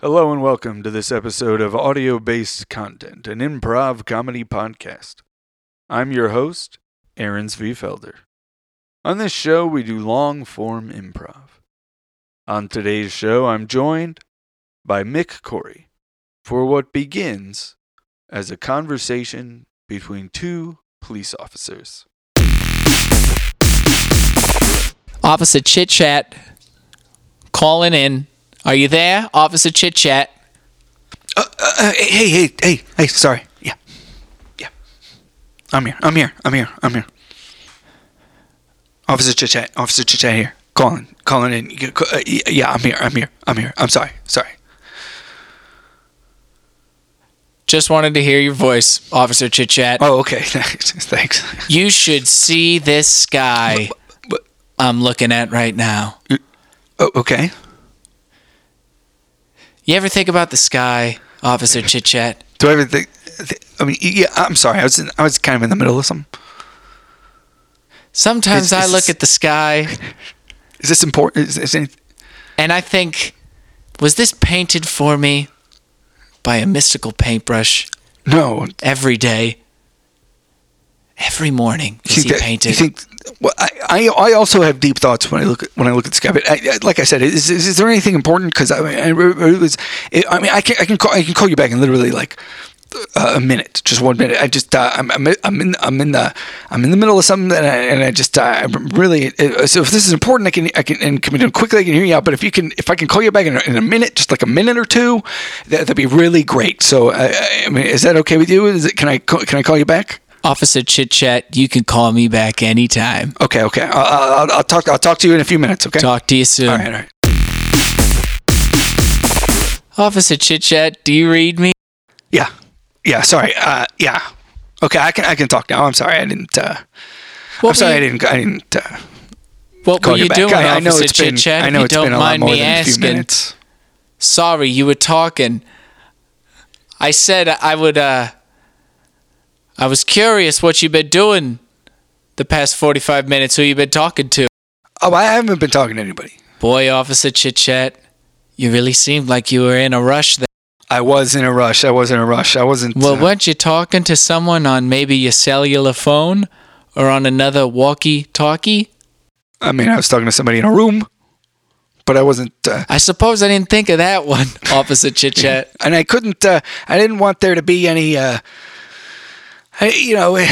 Hello and welcome to this episode of Audio Based Content, an improv comedy podcast. I'm your host, Aaron Sviefelder. On this show, we do long form improv. On today's show, I'm joined by Mick Corey for what begins as a conversation between two police officers. Officer Chit Chat calling in. Are you there, Officer Chit Chat? Uh, hey, hey, hey, hey, sorry. Yeah. Yeah. I'm here. I'm here. I'm here. I'm here. Officer Chichat. Officer Chichat here. Calling. Calling in. You ca- uh, y- Yeah, I'm here. I'm here. I'm here. I'm sorry. Sorry. Just wanted to hear your voice, Officer Chit Chat. Oh, okay. Thanks. You should see this guy But, I'm looking at right now. oh, okay. You ever think about the sky, Officer Chit Chat? Do I ever think? th- I mean, yeah, I'm sorry. I was in, I was kind of in the middle of something. Sometimes It's- I it's- look at the sky Is this important? Is, is any, and I think, was this painted for me by a mystical paintbrush no? every day? Every morning, is he that- painted? You think? Well, I, I I also have deep thoughts when I look at, when I look at the sky. But I, I, like I said, is, is, is there anything important? Because I, mean, I re- it was. It, I mean, I can I can call I can call you back in literally like uh, a minute, just one minute. I just uh, I'm I'm I'm in I'm in the I'm in the middle of something, and I, and I just uh, I'm really. Uh, so if this is important, I can I can and can be done quickly. I can hear you out. But if you can if I can call you back in, a- in a minute, just like a minute or two, that, that'd be really great. So uh, I mean, is that okay with you? Is it, can I ca- can I call you back? Officer Chit Chat, you can call me back anytime. Okay, okay. I'll, I'll, I'll talk. I'll talk to you in a few minutes. Okay. Talk to you soon. All right, all right. Officer Chit Chat, do you read me? Yeah, yeah. Sorry. Uh, yeah. Okay, I can I can talk now. I'm sorry. I didn't. Uh, What I'm sorry. were I you, didn't. I didn't. Uh, what call were you back. doing, I, I know Officer it's been. Chit Chat? I know if you it's don't been a lot mind more me than a few asking. minutes. Sorry, you were talking. I said I would. uh I was curious what you've been doing the past forty-five minutes. Who you been talking to? Oh, I haven't been talking to anybody. Boy, Officer Chit Chat, you really seemed like you were in a rush. There. I was in a rush. I was in a rush. I wasn't. Well, uh, weren't you talking to someone on maybe your cellular phone or on another walkie-talkie? I mean, I was talking to somebody in a room, but I wasn't. Uh, I suppose I didn't think of that one, Officer Chit Chat. and I couldn't. Uh, I didn't want there to be any. Uh, I, you know, I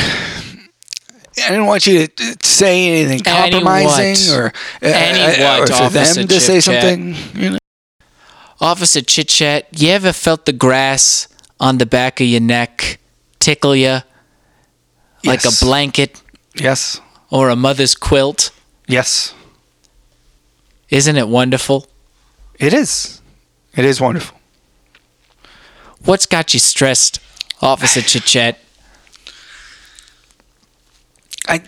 didn't want you to to say anything Any what? compromising or, uh, Any uh, or what, for Officer them to say Chipchat? something. You know? Officer Chit Chat, you ever felt the grass on the back of your neck tickle you like Yes. a blanket Yes. or a mother's quilt? Yes. Isn't it wonderful? It is. It is wonderful. What's got you stressed, Officer Chit Chat? I.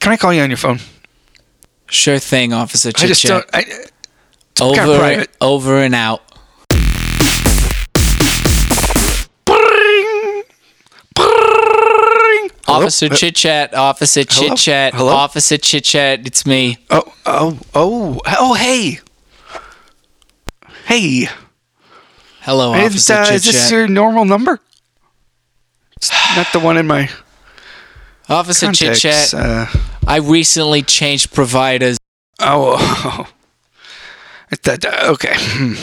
Can I call you on your phone? Sure thing, Officer I Chit just don't. Chat. I, kinda Over, private. over and out. Hello? Officer Chit Chat, Officer Chit Chat, Hello? Officer Chit Chat, it's me. Oh, oh, oh, oh! Hey, hey! Hello, Is, Officer uh, Chit is this Chat. your normal number? It's not the one in my Officer Chit contacts. Chat, Uh, I recently changed providers. oh, oh. It's that- uh, okay. Hmm.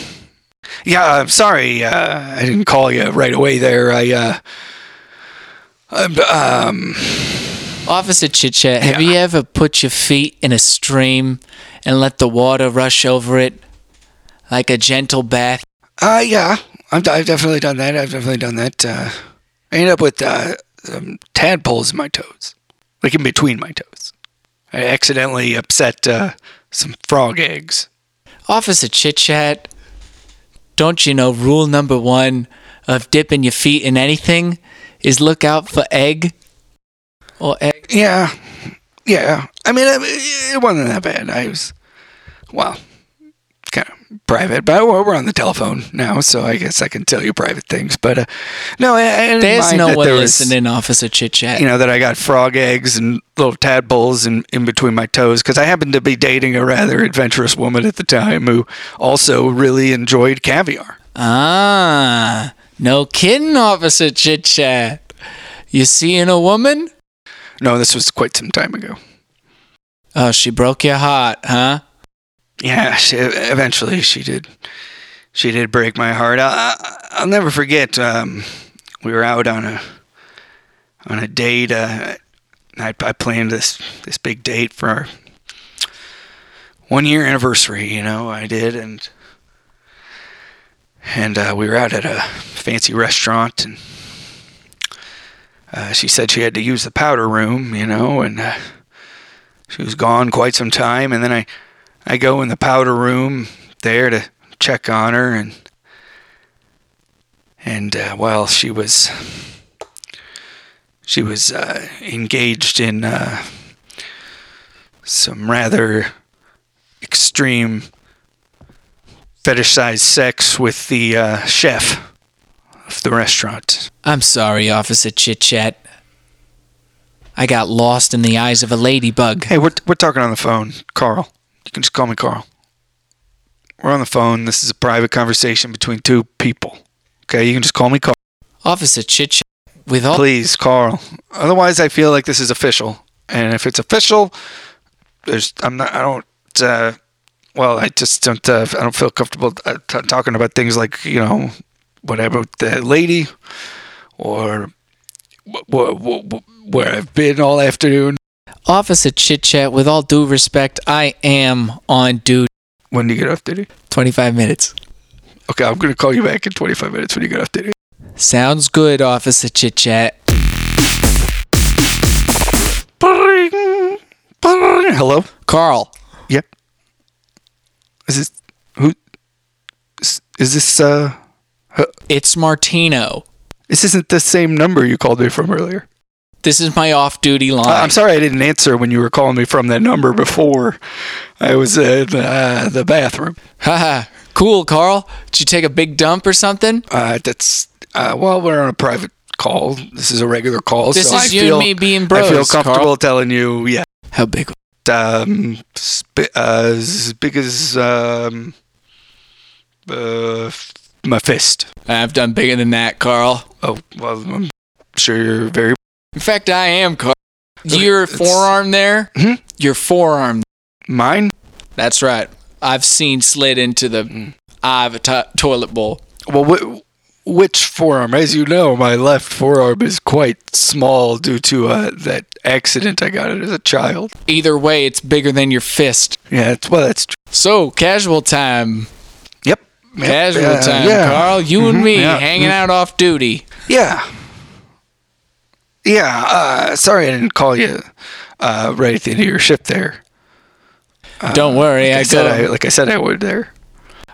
Yeah, I'm sorry. Uh, I didn't call you right away. There, I. Uh, um, um, Officer Chit Chat, have you ever put your feet in a stream and let the water rush over it like a gentle bath? uh, yeah, I'm, I've definitely done that. I've definitely done that. Uh, I ended up with uh, um, tadpoles in my toes, like in between my toes. I accidentally upset uh, some frog eggs. Officer Chit Chat, don't you know rule number one of dipping your feet in anything is look out for egg or egg? Yeah, yeah. I mean, I- it wasn't that bad. I was, well, kind of private, but we're we're on the telephone now, so I guess I can tell you private things. But uh, no, I, I didn't There's mind no that one there was- listening, Officer Chit Chat. you know that I got frog eggs and little tadpoles in, in between my toes because I happened to be dating a rather adventurous woman at the time who also really enjoyed caviar. ah, no kidding, Officer Chit Chat. You seeing a woman? No, this was quite some time ago. Oh, she broke your heart, huh? Yeah, she, eventually she did. She did break my heart. I, I, I'll never forget. Um, we were out on a on a date. Uh, I, I planned this this big date for our one year anniversary. You know, I did, and and uh, we were out at a fancy restaurant, and uh, she said she had to use the powder room. You know, and uh, she was gone quite some time, and then I. I go in the powder room there to check on her, and and uh, well, she was she was uh, engaged in uh, some rather extreme fetishized sex with the uh, chef of the restaurant. I'm sorry, Officer Chit Chat. I got lost in the eyes of a ladybug. Hey, we're we're talking on the phone, Carl. You can just call me Carl. We're on the phone. This is a private conversation between two people. Okay, you can just call me Carl. Officer Chit Chat, with all Please, Carl. Otherwise, I feel like this is official. And if it's official, there's I'm not I don't uh, well, I just don't uh, I don't feel comfortable uh, t- talking about things like, you know, whatever with the lady or wh- wh- wh- where I've been all afternoon. Officer Chit Chat, with all due respect, I am on duty. When do you get off duty? 25 minutes. Okay, I'm going to call you back in 25 minutes when you get off duty. Sounds good, Officer Chit Chat. Bring, bring. Hello? Carl, Yep. Is this who? Is, is this uh? it's Martino. This isn't the same number you called me from earlier. This is my off duty line. Uh, I'm sorry I didn't answer when you were calling me from that number before. I was at uh, the bathroom. Haha, cool, Carl. Did you take a big dump or something? Uh, that's uh, well, we're on a private call. This is a regular call. This so is I you feel, and me being I bros. feel comfortable Carl. telling you, yeah, How big? um, sp- uh, as big as um, uh, f- my fist. I've done bigger than that, Carl. Oh well, I'm sure you're very. In fact, I am, Carl. Okay, Your it's- forearm there? Hmm? Your forearm. Mine? That's right. I've seen slid into the Mm. eye of a to- toilet bowl. Well, wh- which forearm? As you know, my left forearm is quite small due to uh, that accident I got it as a child. Either way, it's bigger than your fist. Yeah, it's, well, that's true. So, casual time. Yep. Yep. Casual Yeah, time, yeah. Mm-hmm, Carl. You and me yeah, mm. hanging out off duty. Yeah. Yeah. Uh, sorry I didn't call you uh, right at the end of your shift there. Don't worry, I I said go. I, Uh, like I said I would there.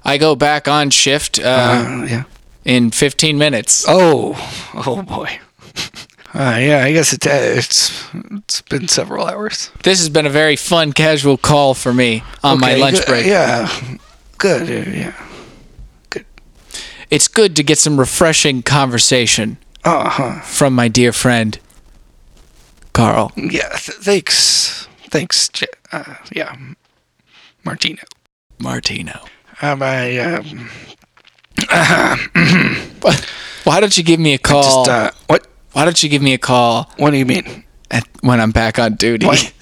I go back on shift uh, Uh, yeah. in 15 minutes. Oh, oh boy. Uh, yeah, I guess it, uh, it's it's been several hours. This has been a very fun casual call for me on my Okay, lunch good, break. Yeah, good. uh, Yeah. It's good to get some refreshing conversation Uh huh. from my dear friend, Carl. Yeah. Th- thanks. Thanks. J- Uh, yeah. Martino. Martino. Um, I um, Why don't you give me a call? just uh, what? Why don't you give me a call What do you mean? at, when I'm back on duty? What?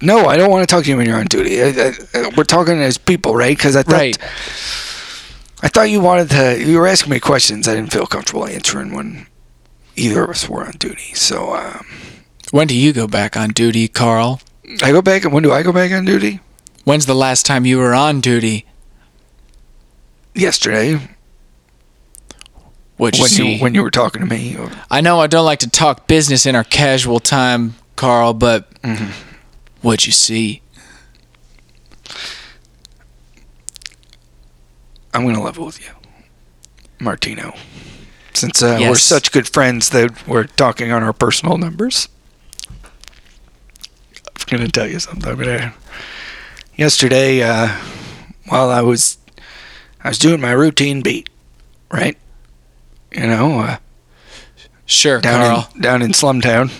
No, I don't want to talk to you when you're on duty. I, I, I- we're talking as people, right? Because I thought Right. I thought you wanted to. You were asking me questions. I didn't feel comfortable answering when either of us were on duty. So um, When do you go back on duty, Carl? I go back. When do I go back on duty? When's the last time you were on duty? Yesterday, What you when see? you when you were talking to me. or- I know I don't like to talk business in our casual time, Carl, but Mm-hmm. what you see? I'm gonna level with you, Martino. Since uh, we're Yes. such good friends that we're talking on our personal numbers, I'm gonna tell you something. I'm gonna. Yesterday, uh, while I was I was doing my routine beat, right? You know, uh, Sure, down Carl. in down in Slumtown,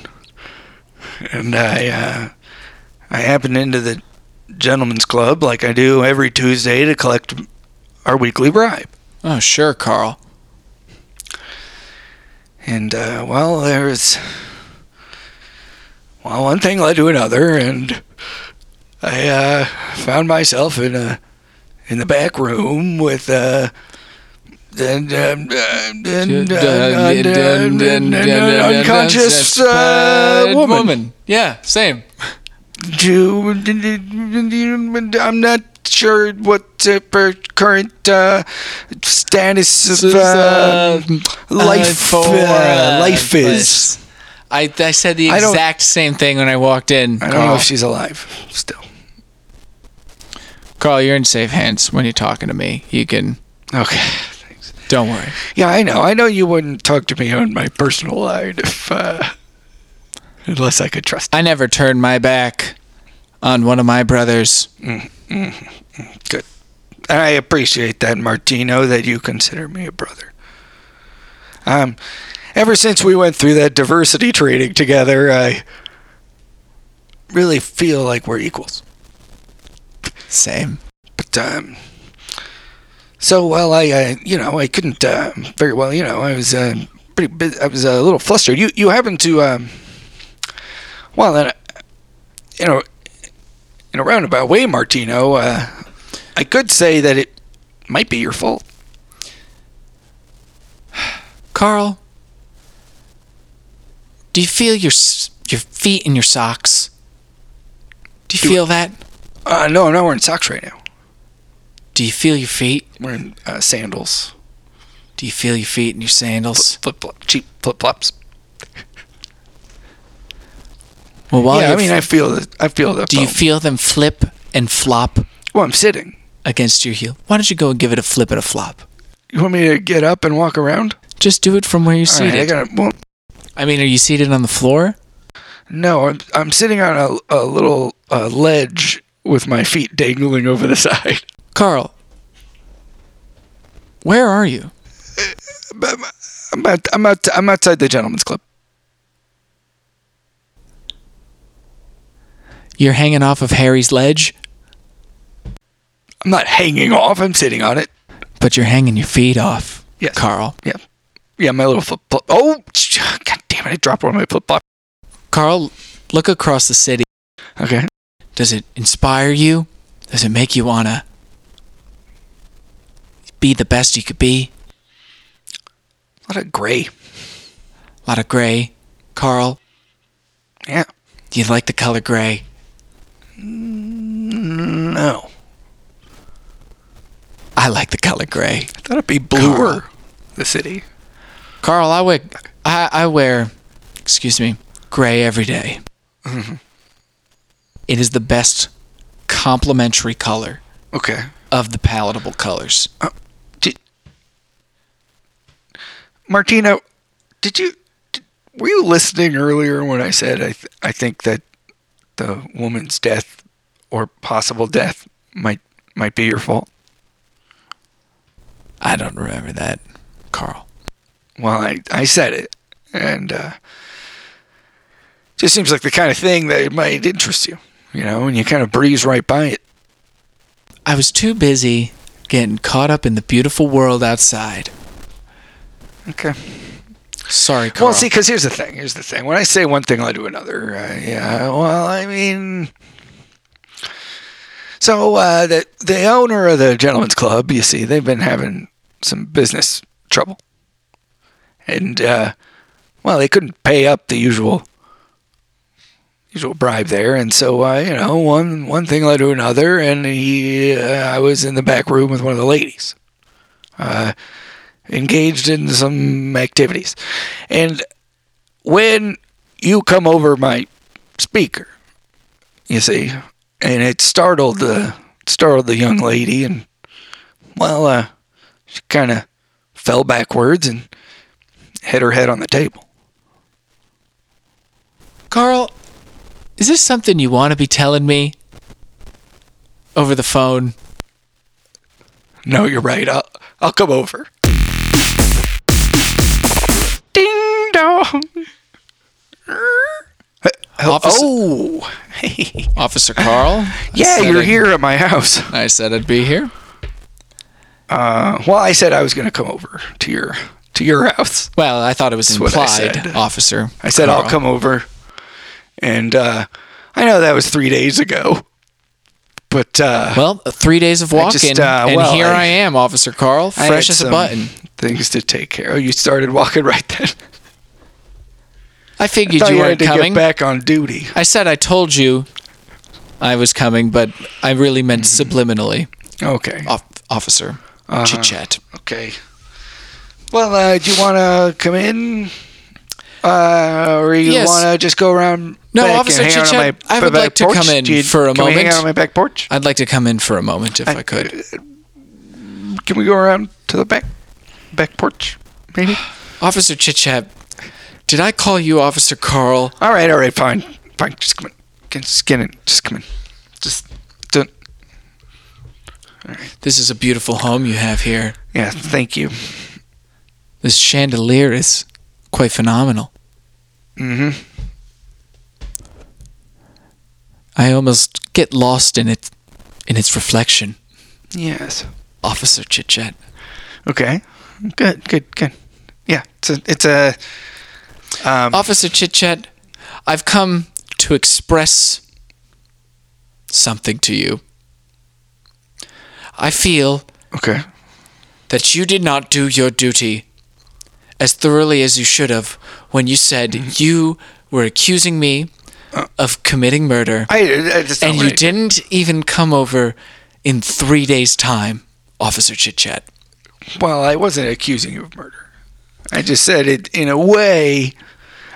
and I uh, I happened into the gentleman's club like I do every Tuesday to collect our weekly bribe. Oh, sure, Carl. And uh, well, there was well one thing led to another, and I uh, found myself in a in the back room with. Uh, unconscious uh, woman. Yeah, same. Do I'm not sure what uh, per- current uh, status of uh, life Uh, for, uh, uh, life is. I, I said the I don't- exact same thing when I walked in. I don't know Carl. if she's alive still. Carl, you're in safe hands when you're talking to me. You can. Okay, thanks. Don't worry. Yeah, I know. I know you wouldn't talk to me on my personal line if uh, unless I could trust. I never turned my back on one of my brothers. Good. I appreciate that, Martino, that you consider me a brother. Um, ever since we went through that diversity training together, I really feel like we're equals. Same. But um, so well, I uh, you know I couldn't uh, very well. You know I was uh, pretty bu- I was uh, a little flustered. You you happen to um, well, in a, you know, in a roundabout way, Martino. Uh, I could say that it might be your fault. Carl, do you feel your s- your feet in your socks? Do you Do- feel that? Uh, no, I'm not wearing socks right now. Do you feel your feet? I'm wearing uh, sandals, Do you feel your feet in your sandals? flip flop, cheap flip flops. Well, while yeah, I you're mean, I f- feel that. I feel that. do you foam. feel them flip and flop Well, I'm sitting. against your heel? Why don't you go and give it a flip and a flop? You want me to get up and walk around? Just do it from where you're All right, seated. I gotta. Well, I mean, are you seated on the floor? No, I'm I'm sitting on a, a little uh, ledge with my feet dangling over the side. Carl, where are you? But I'm- I'm out, I'm out, I'm outside the gentleman's club. You're hanging off of Harry's ledge, I'm not hanging off. I'm sitting on it. but you're hanging your feet off. Yes. Carl. Yeah, yeah. My little flip flop. Oh, sh- god damn it! I dropped one of my flip flop. Carl, look across the city. Okay. Does it inspire you? Does it make you want to be the best you could be? A lot of gray. A lot of gray. Carl, Yeah. do you like the color gray? No. I like the color gray. I thought it'd be bluer. The city. Carl, I wear, I, I wear, excuse me, gray every day. Mm-hmm. It is the best complementary color Okay. of the palatable colors. Did, Martino, did you did, were you listening earlier when I said I th- I think that the woman's death or possible death might might be your fault? I don't remember that, Carl. Well, I I said it, and uh, just seems like the kind of thing that might interest you, you know, and you kind of breeze right by it. I was too busy getting caught up in the beautiful world outside. Okay. Sorry, Carl. Well, see, because here's the thing. Here's the thing. When I say one thing led to another, uh, yeah. Well, I mean, so uh, the the owner of the gentleman's club, you see, they've been having some business trouble, and uh, well, they couldn't pay up the usual usual bribe there, and so uh, you know, one one thing led to another, and he, uh, I was in the back room with one of the ladies uh, engaged in some activities. And when you come over my speaker, you see, and it startled the startled the young lady, and well, uh, she kind of fell backwards and hit her head on the table. Carl, is this something you want to be telling me over the phone? No, you're right. I'll, I'll come over. Ding dong. Officer- Oh, hey. Officer Carl. I yeah, said you're I'd- here at my house. I said I'd be here. Uh, well, I said I was going to come over to your to your house. Well, I thought it was what I implied, said. Officer. I said I'll Carl. come over, and uh, I know that was three days ago, but uh, Well, three days of walking, just, uh, and well, here I- I, am, Officer Carl, I fresh had as a some button. Things to take care. of. You started walking right then. I figured Thought you you had weren't to coming. get back on duty. I said I told you I was coming, but I really meant Mm-hmm. subliminally, Okay. off- Officer. Uh-huh. Chit chat. Okay. Well, uh, do you want to come in, uh, or you Yes. want to just go around? No, back Officer and hang out on Chit-Chat, my I would back like to porch? come in Do you- for a can we hang moment. out on my back porch. I'd like to come in for a moment if I, could. Can we go around to the back back porch? Maybe. Officer Chit Chat, did I call you Officer Carl? All right, all right, fine, fine. Just come in. Can- Just get in. Just come in. Just don't. This is a beautiful home you have here. Yeah, thank you. This chandelier is quite phenomenal. Mm-hmm. I almost get lost in it, in its reflection. Yes. Officer Chit Chat. Okay. Good. Good. Good. Yeah. It's a. It's a. Um, Officer Chit Chat, I've come to express something to you. I feel okay. that you did not do your duty as thoroughly as you should have when you said Mm-hmm. you were accusing me of committing murder I. I just and you didn't even come over in three days' time, Officer Chit Chat. Well, I wasn't accusing you of murder. I just said it in a way.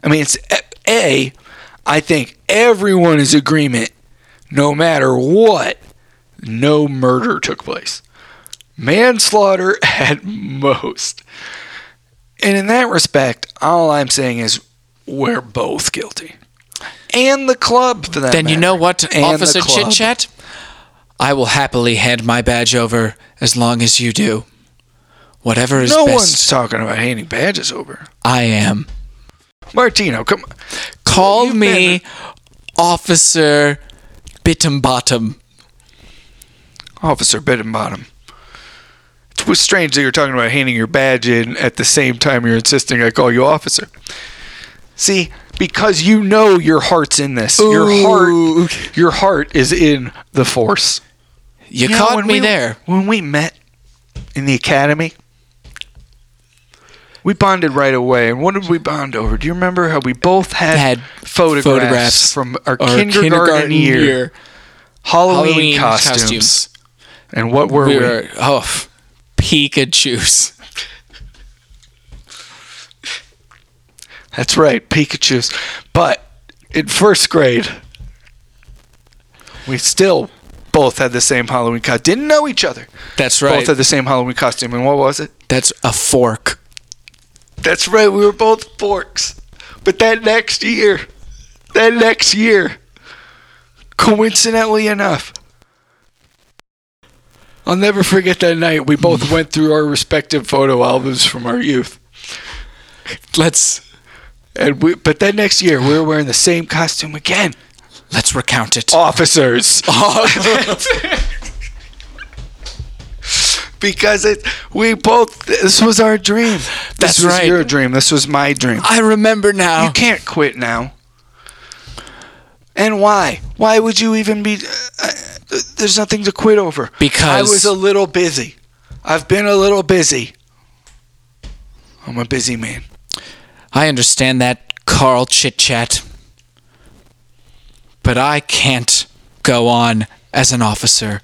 I mean, it's a. I think everyone is agreement, no matter what. No murder took place. Manslaughter at most. And in that respect, all I'm saying is we're both guilty. And the club, for that Then you matter. know what, And the Officer Chit club. Chat? I will happily hand my badge over as long as you do. Whatever is No best, one's talking about handing badges over. I am. Martino, come on. Call You've me Officer Bittum Bottom. Officer Bottom. It was strange that you're talking about handing your badge in at the same time you're insisting I call you officer. See, because you know your heart's in this. Your Ooh. heart, your heart is in the force. You, know, caught when me we- there. When we met in the academy, we bonded right away. And what did we bond over? Do you remember how we both had, Had photographs, photographs from our, Our kindergarten, year, Halloween, costumes, and what were We we? were oh f- Pikachu's. That's right, Pikachu's. But in first grade, we still both had the same Halloween costume. Didn't know each other. That's right. Both had the same Halloween costume. And what was it? That's a fork. That's right, we were both forks. But that next year, that next year, coincidentally enough, I'll never forget that night. We both went through our respective photo albums from our youth. Let's And we, but that next year, we were wearing the same costume again. let's recount it. officers. because it, we both, this was our dream. This That's was right. Uh, your dream. This was my dream. I remember now. You can't quit now. And why? Why would you even be? Uh, uh, there's nothing to quit over. I Because- was a little busy. I've been a little busy. I'm a busy man. I understand that Carl chit chat, but I can't go on as an officer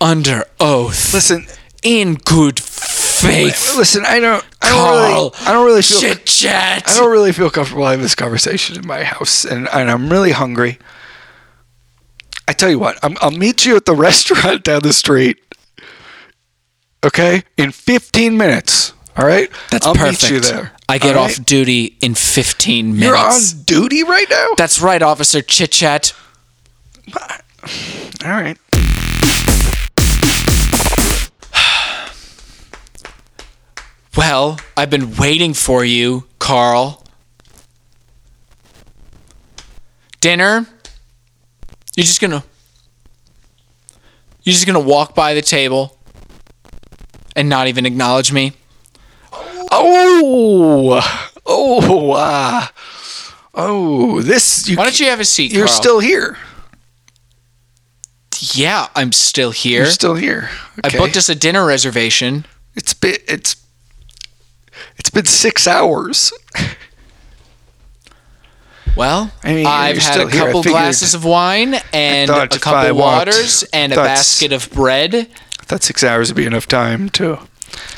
under oath Listen, in good faith. listen. I don't. I don't Carl, really. I don't really feel. chit chat. I don't really feel comfortable having this conversation in my house, and, and I'm really hungry. I tell you what, I'm, I'll meet you at the restaurant down the street. Okay, in 15 minutes. All right, That's I'll perfect. meet you there. I get all off right? duty in 15 minutes. You're on duty right now. That's right, Officer Chit Chat. all right. Well, I've been waiting for you, Carl. Dinner? You're just gonna. You're just gonna walk by the table and not even acknowledge me? Oh, oh, ah, oh! This you. Why don't you have a seat, You're Carl? still here. Yeah, I'm still here. You're still here. I booked us a dinner reservation. It's been it's it's been six hours. Well, I mean, I've you're had still a here. I couple figured- glasses of wine and thought a if I couple walked- waters and a thought- basket of bread. I thought six hours would be enough time to.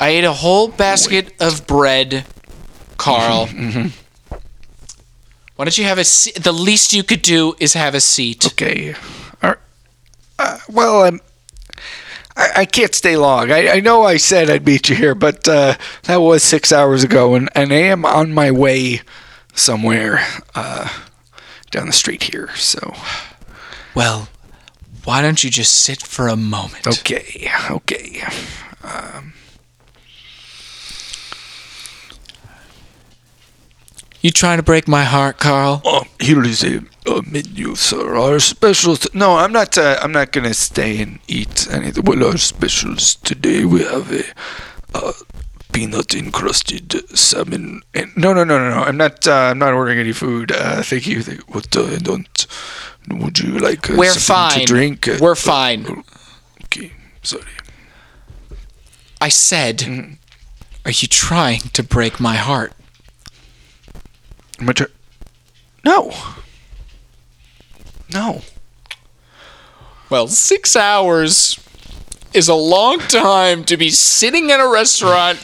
I ate a whole basket of bread, Carl. Mm-hmm. Why don't you have a seat? The least you could do is have a seat. Okay. All right. Uh, well, I'm. I, I can't stay long. I, I know I said I'd meet you here, but uh, that was six hours ago, and, and I am on my way somewhere uh, down the street here. So Well, why don't you just sit for a moment? okay, okay. You trying to break my heart, Carl? Oh, here is a, a menu, sir. Our specials. No, I'm not. Uh, I'm not gonna stay and eat anything. Well, our specials today we have a uh, peanut encrusted salmon. And no, no, no, no, no. I'm not. Uh, I'm not ordering any food. Uh, thank you. Thank, what uh, I don't. Would you like uh, We're something fine. to drink? Uh, We're fine. Okay, sorry. I said, are you trying to break my heart? Am I tr- no. No. Well, six hours is a long time to be sitting in a restaurant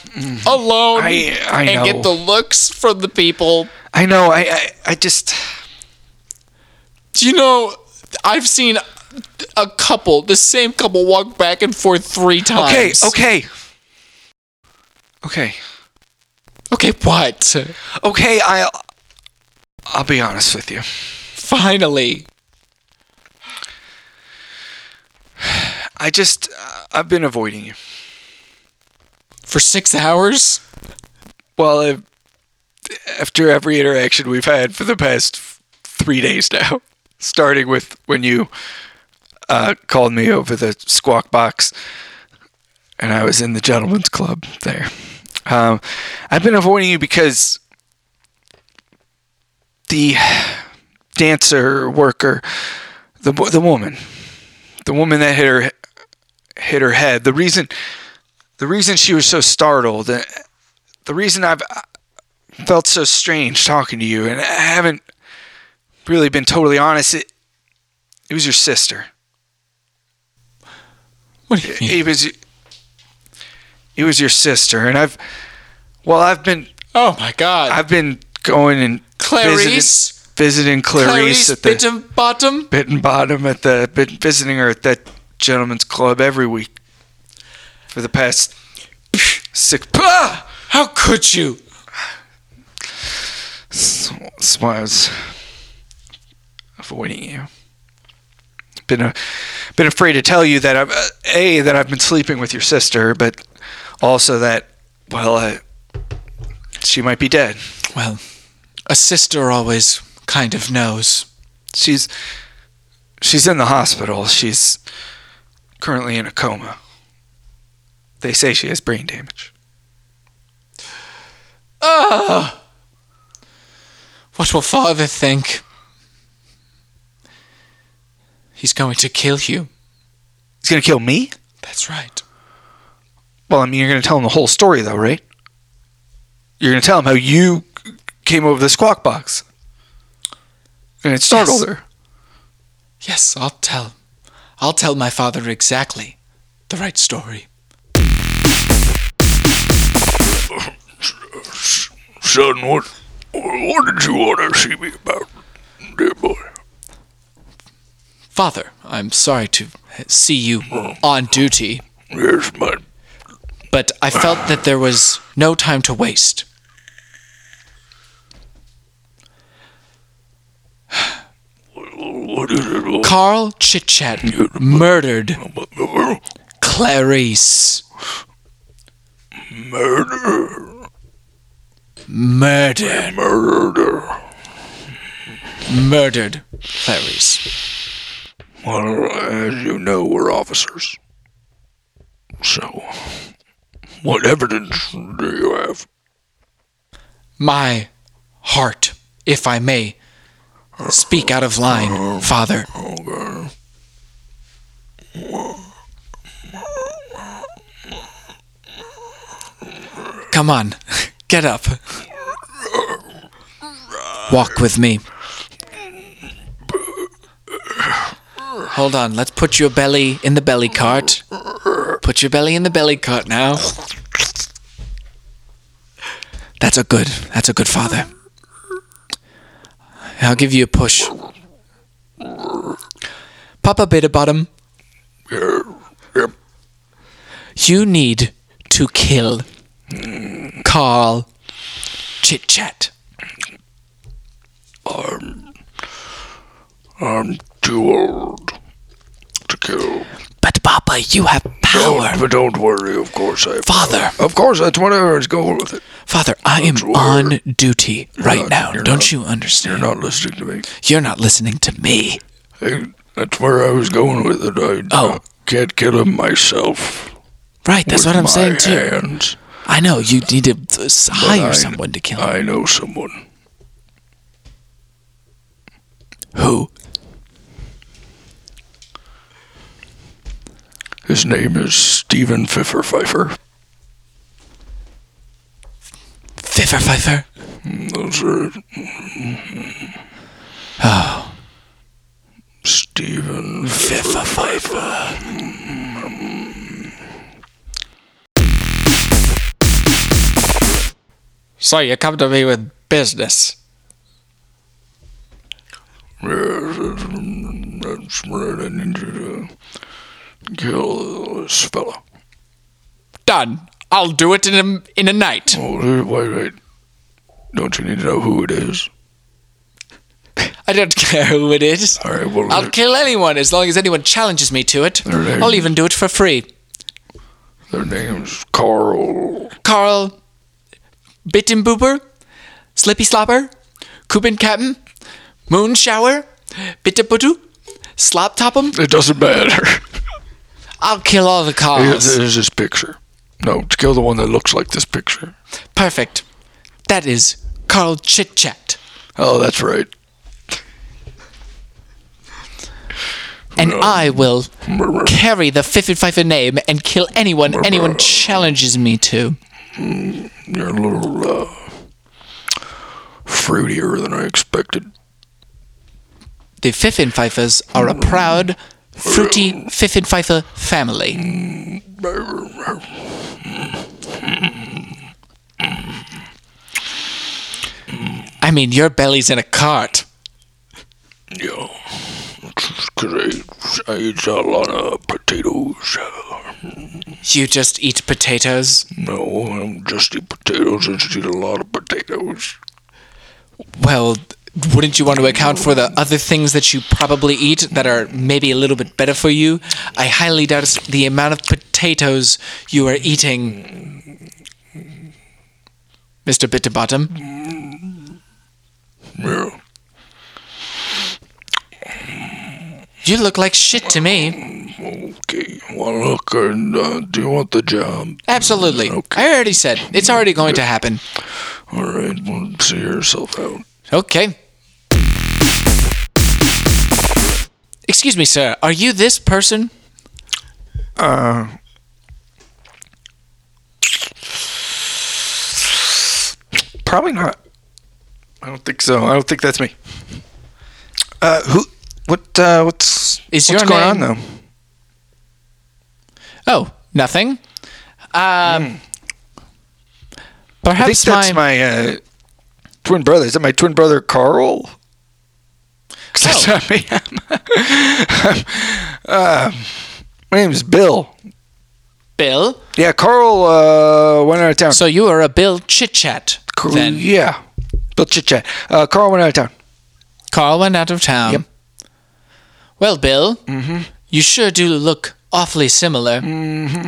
alone I- I and know. get the looks from the people. I know. I. I, I just. Do you know, I've seen a couple, the same couple, walk back and forth three Okay. times. Okay. Okay. Okay, what? Okay, I'll I'll be honest with you. Finally. I just uh, I've been avoiding you. For six hours? Well, i after every interaction we've had for the past f- three days now, starting with when you uh, called me over the squawk box, and I was in the gentleman's club there. Um, I've been avoiding you because the dancer worker, the wo- the woman, the woman that hit her hit her head. The reason the reason she was so startled uh, the reason I've uh, felt so strange talking to you, and I haven't really been totally honest, it, it was your sister. What do you mean? It was, it was your sister, and I've, well, I've been, Oh my god. I've been going and Clarice? visiting, visiting Clarice, Clarice at the Bitten, Bitten Bottom? Bottom at the been visiting her at that gentleman's club every week for the past six. Ah! How could you? That's why I was avoiding you. Been a, been afraid to tell you that I've uh, a that I've been sleeping with your sister, but also that well, uh, she might be dead. Well, a sister always kind of knows. She's she's in the hospital. She's currently in a coma. They say she has brain damage. Ah! What will father think? He's going to kill you. He's gonna kill me. That's right. Well, I mean, you're going to tell him the whole story, though, right? You're going to tell him how you came over the squawk box. And it startled Yes. her. Yes, I'll tell. I'll tell my father exactly the right story. Son, what, what did you want to see me about, dear boy? Father, I'm sorry to see you on duty, Yes, my but I felt that there was no time to waste. what is it? What, Carl Chit Chat murdered Clarice. Murder. Murdered. Murder. Murdered. Clarice. Well, as you know, we're officers. So, what evidence do you have? My heart, if I may speak out of line, Father. Come on, get up. Walk with me. Hold on, let's put your belly in the belly cart. Put your belly in the belly cart now. That's a good. That's a good father. I'll give you a push. Papa Beta Bottom, Yeah, yep, you need to kill Carl Chit Chat. I'm too old to kill. But Papa, you have power. Don't, but don't worry, of course I. Father, Of course, that's whatever is going with it. Father, I am Sure. on duty right not- now. you're Don't not- you You're understand? not listening to me. You're not listening to me. Hey, that's where I was going with it. I uh, Oh. can't kill him myself. Right, that's what with I'm my saying too. Hands. I know you need to uh, s- hire I- someone to kill him. I know someone. Who? His name is Stephen Pfiffer Pfeiffer. Pfeffer Pfeiffer. Those are Oh, Stephen. Pfeffer Pfeiffer. So you come to me with business. Yes, that's- that's right. I need you to kill this fella. Done. I'll do it in a, in a night. Oh, wait, wait. Don't you need to know who it is? I don't care who it is. All right, well, I'll kill anyone as long as anyone challenges me to it. Alright. I'll even do it for free. their name's Carl. Carl, Bitten Boober, Slippy Slopper, Kubin Cap'n, Moon Shower, Bittabudu, Slop Top'em. It doesn't matter. I'll kill all the Here- Carls. There's his picture. No, to kill the one that looks like this picture. Perfect. That is Carl Chit Chat. Oh, that's right. And I will carry the Fiffin Fifer name and kill anyone anyone challenges me to. Mm, You're a little uh, fruitier than I expected. The Fiffin Fifers are Mm. a proud, fruity Fiffin Fifer family. Mm, I mean, your belly's in a cart. Yeah, because I, I eat a lot of potatoes. You just eat potatoes. No, I don't just eat potatoes. I just eat a lot of potatoes. Well, wouldn't you want to account for the other things that you probably eat that are maybe a little bit better for you? I highly doubt it's the amount of potatoes you are eating, Mr. Bitterbottom. Yeah. You look like shit to me. Okay. Well, look, and, uh, do you want the job? Absolutely. I already said it's already going to happen. All right. Well, see yourself out. Okay. Excuse me, sir. Are you this person? Uh, Probably not. I don't think so. I don't think that's me. Uh, who? What? Uh, what's what's Is your going name- on though? Oh, nothing. Um, I think Perhaps that's my, my uh, twin brother. Is that my twin brother Carl? 'Cause That's Oh. not me. Uh, my name's Bill. bill. Yeah, Carl uh, went out of town. So you are a bill chit chat. Carl- Then Yeah, Bill chit chat. Uh, Carl went out of town. Carl went out of town. Yep. Mm-hmm. Well, Bill, you sure do look awfully similar. And you Mm-hmm.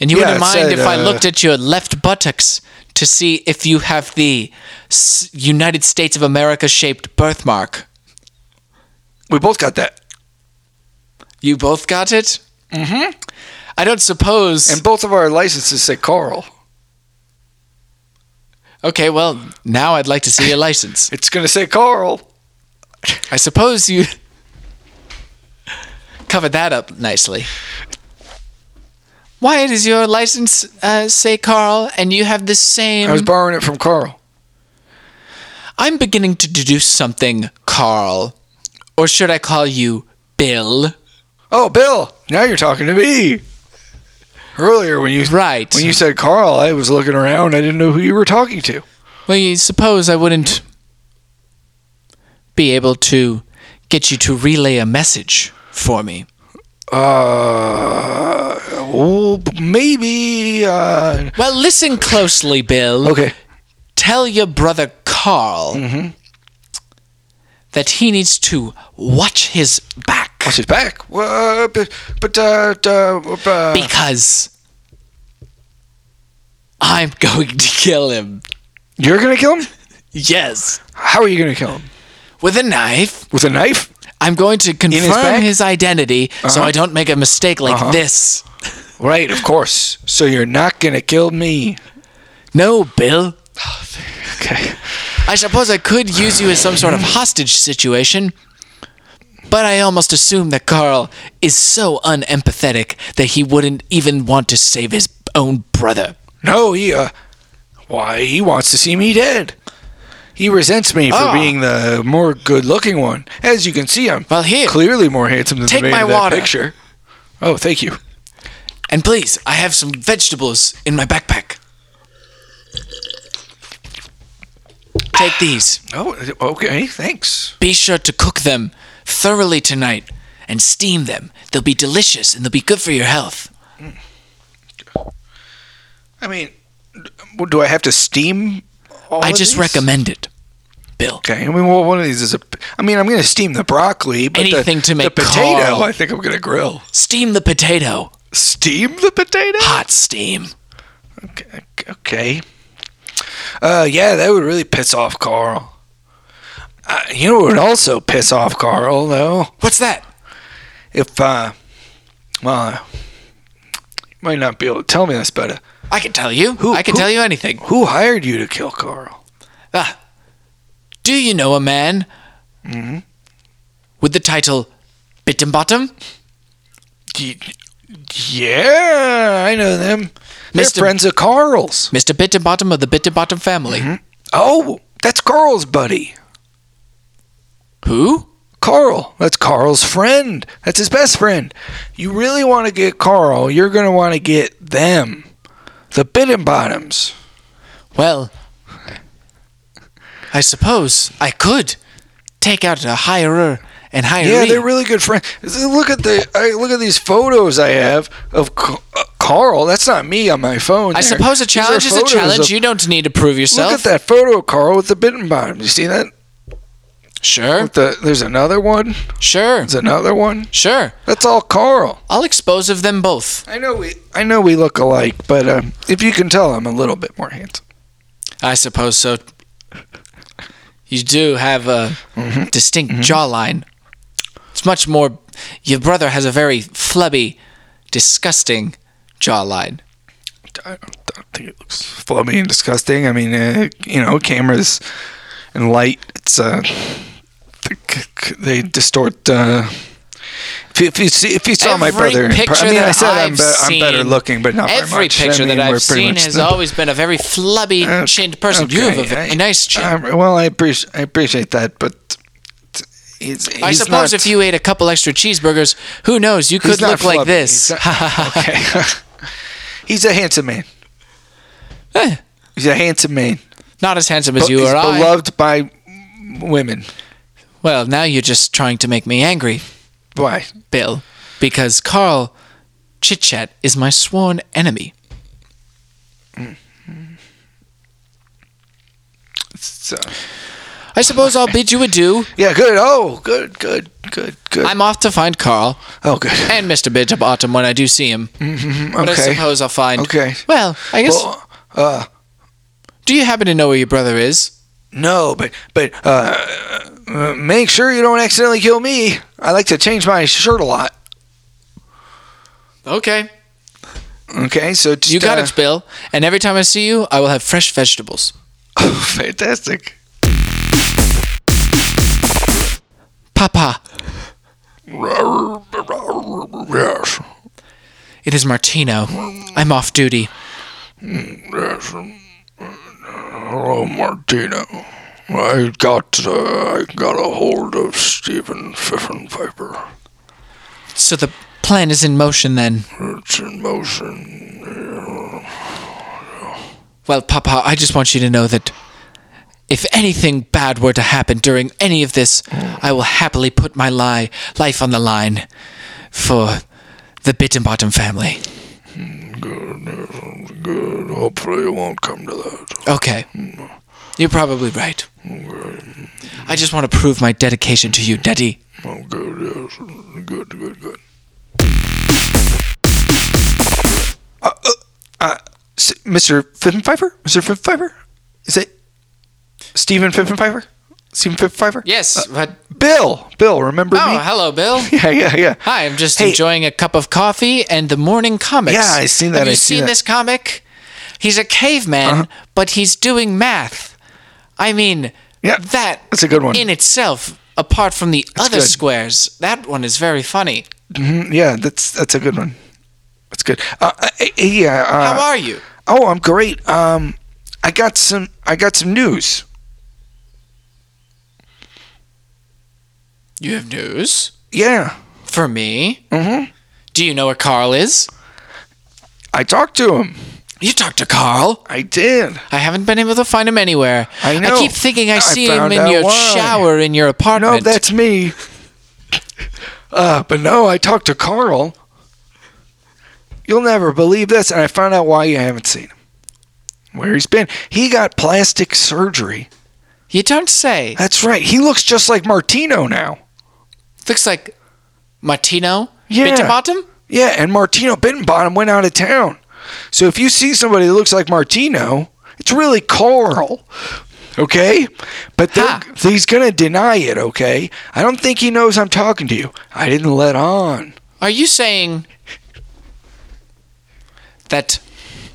Yeah, wouldn't it mind said, if I uh, looked at your left buttocks to see if you have the S- United States of America shaped birthmark. We both got that, You both got it? Mm hmm. I don't suppose. Mm-hmm. and both of our licenses say Carl. okay, well, now I'd like to see your license. It's gonna say Carl. I suppose you covered that up nicely. Why does your license uh, say Carl and you have the same? I was borrowing it from Carl. I'm beginning to deduce something, Carl. Or should I call you Bill? Oh, Bill, now you're talking to me. Earlier, when you Right. when you said Carl, I was looking around. I didn't know who you were talking to. Well, you suppose I wouldn't be able to get you to relay a message for me. Uh, oh, b- maybe. Uh, Well, listen closely, Bill. okay. tell your brother Carl Mm-hmm. that he needs to watch his back Watch his back. Uh, but but uh, d- uh, uh, because I'm going to kill him. you're gonna kill him. Yes, How are you gonna kill him? with a knife. With a knife? I'm going to confirm back? Uh-huh. his, identity so I don't make a mistake like this. Right, of course. So you're not gonna kill me. No, Bill. Okay. I suppose I could use you as some sort of hostage situation, but I almost assume that Carl is so unempathetic that he wouldn't even want to save his own brother. No, he. Uh, why he wants to see me dead. He resents me for Ah. being the more good-looking one. As you can see, I'm Well, here. clearly more handsome than Take the man my in that water. picture. Oh, thank you. And please, I have some vegetables in my backpack. Take these. Oh, okay. Thanks. Be sure to cook them thoroughly tonight and steam them. They'll be delicious and they'll be good for your health. I mean, d- do I have to steam? All I of just these? recommend it, Bill. Okay, I mean, well, one of these is a. I mean, I'm going to steam the broccoli, but the- Anything to make the potato. Carl. I think I'm going to grill. Steam the potato. Steam the potato. Hot steam. Okay. okay. Uh, yeah, that would really piss off Carl. Uh, you know, what would also piss off Carl though. What's that? If uh, well, you might not be able to tell me this, but uh, I can tell you. Who- I can who- tell you anything. who hired you to kill Carl? Ah, do you know a man Mm-hmm. with the title Bitten Bottom? Y- Yeah, I know them. They're Mr. friends of Carl's. Mr. Bitten Bottom of the Bitten Bottom family. Oh, that's Carl's buddy. Who? Carl. That's Carl's friend. That's his best friend. You really want to get Carl, you're going to want to get them. The bit and bottoms. Well, I suppose I could take out a hirer and hiree. Yeah, they're really good friends. Look at the I, look at these photos I have of Ca- uh, Carl. That's not me on my phone. there. I suppose a These are challenge is a photos challenge. of- you don't need to prove yourself. Look at that photo of Carl with the bit and bottoms. You see that? Sure, With the, there's another one. sure, There's another one. sure. That's all Carl. I'll expose of them both. I know we I know we look alike, but uh, if you can tell, I'm a little bit more handsome. I suppose so. You do have a Mm-hmm. distinct jawline. It's much more. Your brother has a very flubby, disgusting jawline. I don't, I don't think it looks flummy and disgusting. I mean, uh, you know, cameras and light, it's uh, th- c- c- they distort. Uh, if you, if you see, if you saw my Every brother, in per- picture I mean, that I said I'm, I've be- I'm better seen- looking, but not by Every much. picture I mean, that we're I've pretty seen much has the- always been a very flubby Uh, chinned person. you have okay, a Uh, very I- nice chin. I'm- well, I appreciate I appreciate that, but t- he's, I he's not- suppose if you ate a couple extra cheeseburgers, who knows? You he's could not look like flubby. this. He's not- okay. he's a handsome man. Eh, He's a handsome man. Not as handsome as But you he's or I. beloved by women. Well, now you're just trying to make me angry, Why? Bill, because Carl Chit Chat is my sworn enemy. So, I suppose I'll bid you adieu. Yeah, good. Oh, good, good, good, good. I'm off to find Carl oh, good. Mm-hmm. and Mr. Bishop Autumn when I do see him. But I okay. suppose I'll find. Okay. Well, I guess. Well, uh, do you happen to know where your brother is? no, but but uh, uh, make sure you don't accidentally kill me. I like to change my shirt a lot. Okay. Okay, so just, You got uh, it, Bill. And every time I see you, I will have fresh vegetables. oh, fantastic. Papa, Yes, it is Martino. I'm off duty. yes. Um, Hello, Martino. I got uh, I got a hold of Stephen Pfeffenpiper. So the plan is in motion then. It's in motion. Well, Papa, I just want you to know that if anything bad were to happen during any of this, I will happily put my li- life on the line for the Bit and Bottom family. Good. Hopefully, it won't come to that. Okay. You're probably right. I just want to prove my dedication to you, Daddy. Oh, good. Yes. Good. Good. Good. S- Mr. Fiffenpfeifer? Mr. Fiffenpfeifer? Is it Stephen Fiffenpfeifer? Stephen Fiffenpfeifer? Yes, but Bill. Bill, remember oh, me? hello, Bill. Yeah, yeah, yeah. Hi, I'm just Hey. enjoying a cup of coffee and the morning comics. Yeah, I seen that, Have you I seen seen that. Uh-huh. this comic? He's a caveman, but he's doing math. I mean, Yeah, that that's a good one. in itself. Apart from the other good. squares, that one is very funny. Mm, yeah, that's that's a good one. That's good. Uh, uh, yeah. Uh, How are you? Oh, I'm great. Um, I got some. I got some news. You have news Yeah, for me. Mm-hmm. Do you know where Carl is? I talked to him. You talked to Carl. I did. I haven't been able to find him anywhere. I know. keep thinking I, I see him found in out your why. shower in your No, apartment. that's me. Uh, but no, I talked to Carl. You'll never believe this, and I found out why you haven't seen him. Where he's been? He got plastic surgery. you don't say. That's right. He looks just like Martino now. Looks like Martino. Yeah. Bit to bottom? Yeah, and Martino Bittenbottom went out of town. So if you see somebody that looks like Martino, it's really Carl. Okay? But they're- Ha. he's going to deny it, okay? I don't think he knows I'm talking to you. I didn't let on. Are you saying that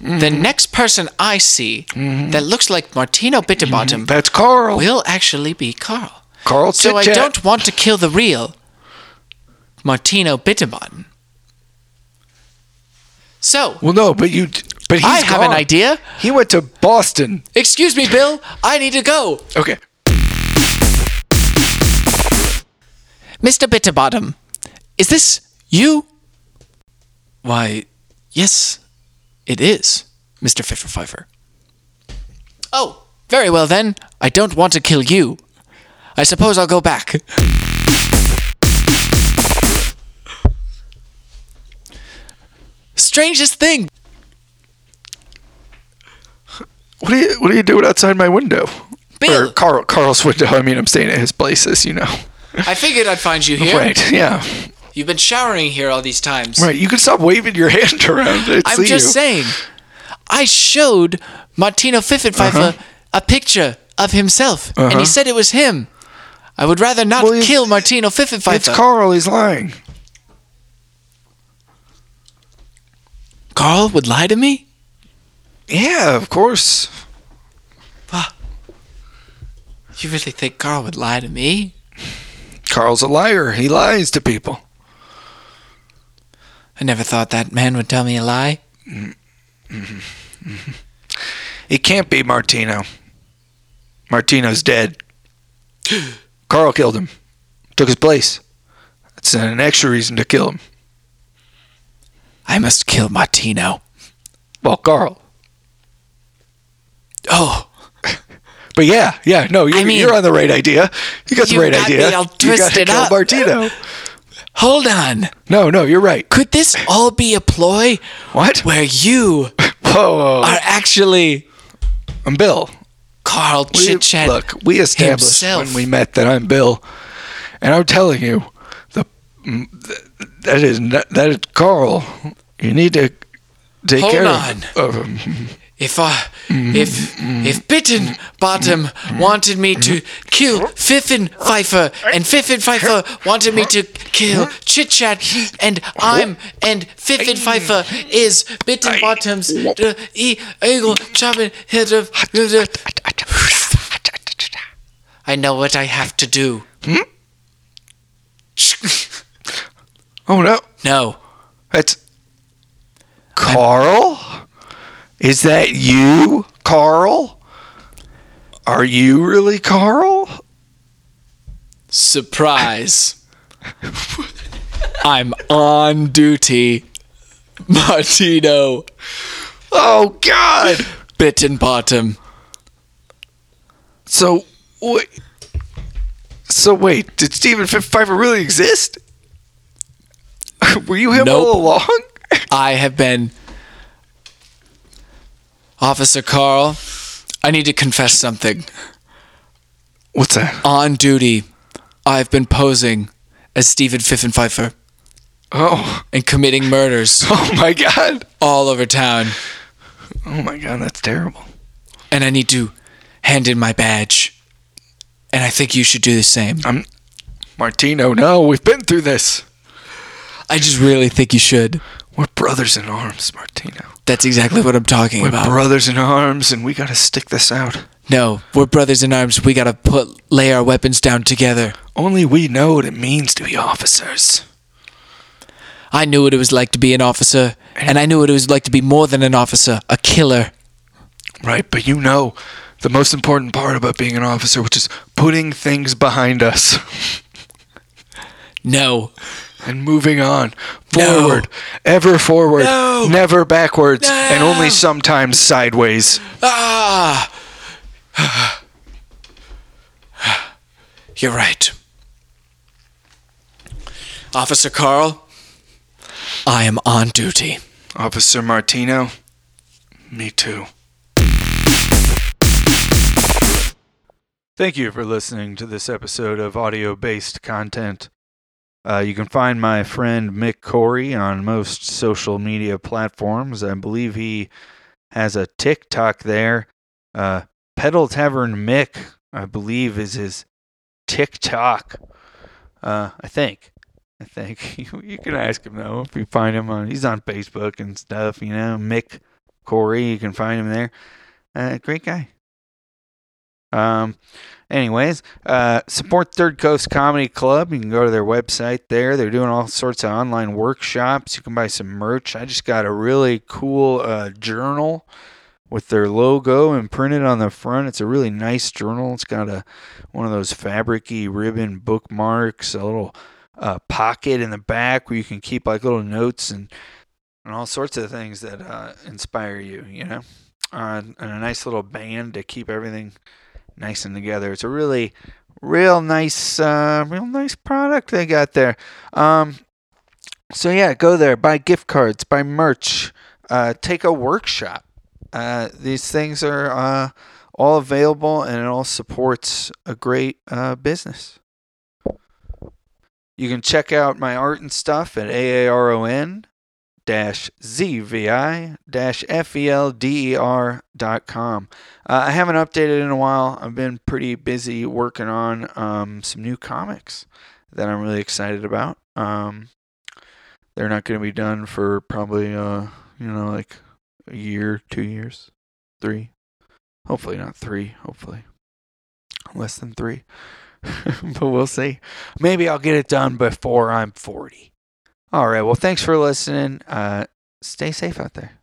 the next person I see that looks like Martino Bitterbottom That's Carl. will actually be Carl? Carl So I Tit-Tat. don't want to kill the real Martino Bitterbottom. So Well, no, but you. But he's I have an gone. idea. He went to Boston. Excuse me, Bill. I need to go. Okay. Mr. Bitterbottom, is this you? Why, yes, it is, Mr. Pfiffer Pfeiffer. Oh, very well then. I don't want to kill you. I suppose I'll go back. Strangest thing! What are you What are you doing outside my window? Bill. Or Carl Carl's window. I mean, I'm staying at his place, as you know. I figured I'd find you here. Right. Yeah. You've been showering here all these times. Right. You can stop waving your hand around. I I'm see just you. saying. I showed Martino Fiffenpfeifer Uh-huh. a picture of himself, and he said it was him. I would rather not Well, it's- kill Martino It's Fiffenpfeifer. Carl. He's lying. Carl would lie to me? Yeah, of course. You really think Carl would lie to me? Carl's a liar. He lies to people. I never thought that man would tell me a lie. It can't be Martino. Martino's dead. Carl killed him. Took his place. That's an extra reason to kill him. I must kill Martino. Well, Carl. Oh, But yeah, yeah, no, you're, mean- you're on the right idea. You got the You right got idea. me all you gotta twisted kill up. Martino. hold on. No, no, you're right. Could this all be a ploy What? Whoa, where you whoa, whoa. are actually I'm Bill. Carl We- chit chat. Look, we established himself. when we met that I'm Bill, and I'm telling you, the mm, th- that is not, that is Carl. You need to take Hold care on. of, of him. If I, if if Bitten Bottom wanted me to kill Fiffin Pfeiffer and Fiffin Pfeiffer wanted me to kill Chit Chat and I'm and Fiffin Pfeiffer is Bitten Bottom's uh, e- eagle chopping head of. I know what I have to do. Oh no, No, that's Carl. Is that you, Carl? Are you really Carl? surprise. I'm on duty, Martino. Oh God! Bitten Bottom. So wait. So wait, did Stephen F- Pfeiffer really exist? Were you him Nope. all along? I have been. Officer Carl, I need to confess something. What's that? On duty, I've been posing as Stephen Pfeiffer Oh, and committing murders oh my God! all over town, Oh my God, that's terrible. and I need to hand in my badge. And I think you should do the same. I'm Martino. No, we've been through this. I just really think you should. We're brothers in arms, Martino. That's exactly what I'm talking We're about. brothers in arms, and we gotta stick this out. no, we're brothers in arms. We gotta put lay our weapons down together. Only we know what it means to be officers. I knew what it was like to be an officer, and I knew what it was like to be more than an officer, a killer. Right, but you know the most important part about being an officer, which is putting things behind us. No. and moving on No. forward ever forward No. never backwards and only No. sometimes sideways Ah! You're right. Officer Carl, I am on duty. officer martino me too thank you for listening to this episode of audio based content uh, you can find my friend mick corey on most social media platforms i believe he has a tiktok there uh, Pedal Tavern Mick, I believe, is his TikTok. Uh, I think. I think you, you can ask him though if you find him on. He's on Facebook and stuff. You know, Mick Corey. You can find him there. Uh, great guy. Um. Anyways, uh, support Third Coast Comedy Club. You can go to their website there. They're doing all sorts of online workshops. You can buy some merch. I just got a really cool uh, journal with their logo imprinted on the front. It's a really nice journal. It's got a one of those fabricy ribbon bookmarks, a little uh, pocket in the back where you can keep like little notes and and all sorts of things that uh, inspire you. You know, uh, and a nice little band to keep everything nice and together. It's a really real nice uh, real nice product they got there. Um, so yeah, go there, buy gift cards, buy merch, uh, take a workshop. Uh, these things are uh, all available and it all supports a great uh, business. You can check out my art and stuff at AARON zvi E felder dot com. Uh, I haven't updated in a while. I've been pretty busy working on um, some new comics that I'm really excited about. Um, they're not going to be done for probably, uh, you know, like a year, two years, three. Hopefully not three. Hopefully less than three. but we'll see. Maybe I'll get it done before I'm 40. All right. Well, thanks for listening. Uh, stay safe out there.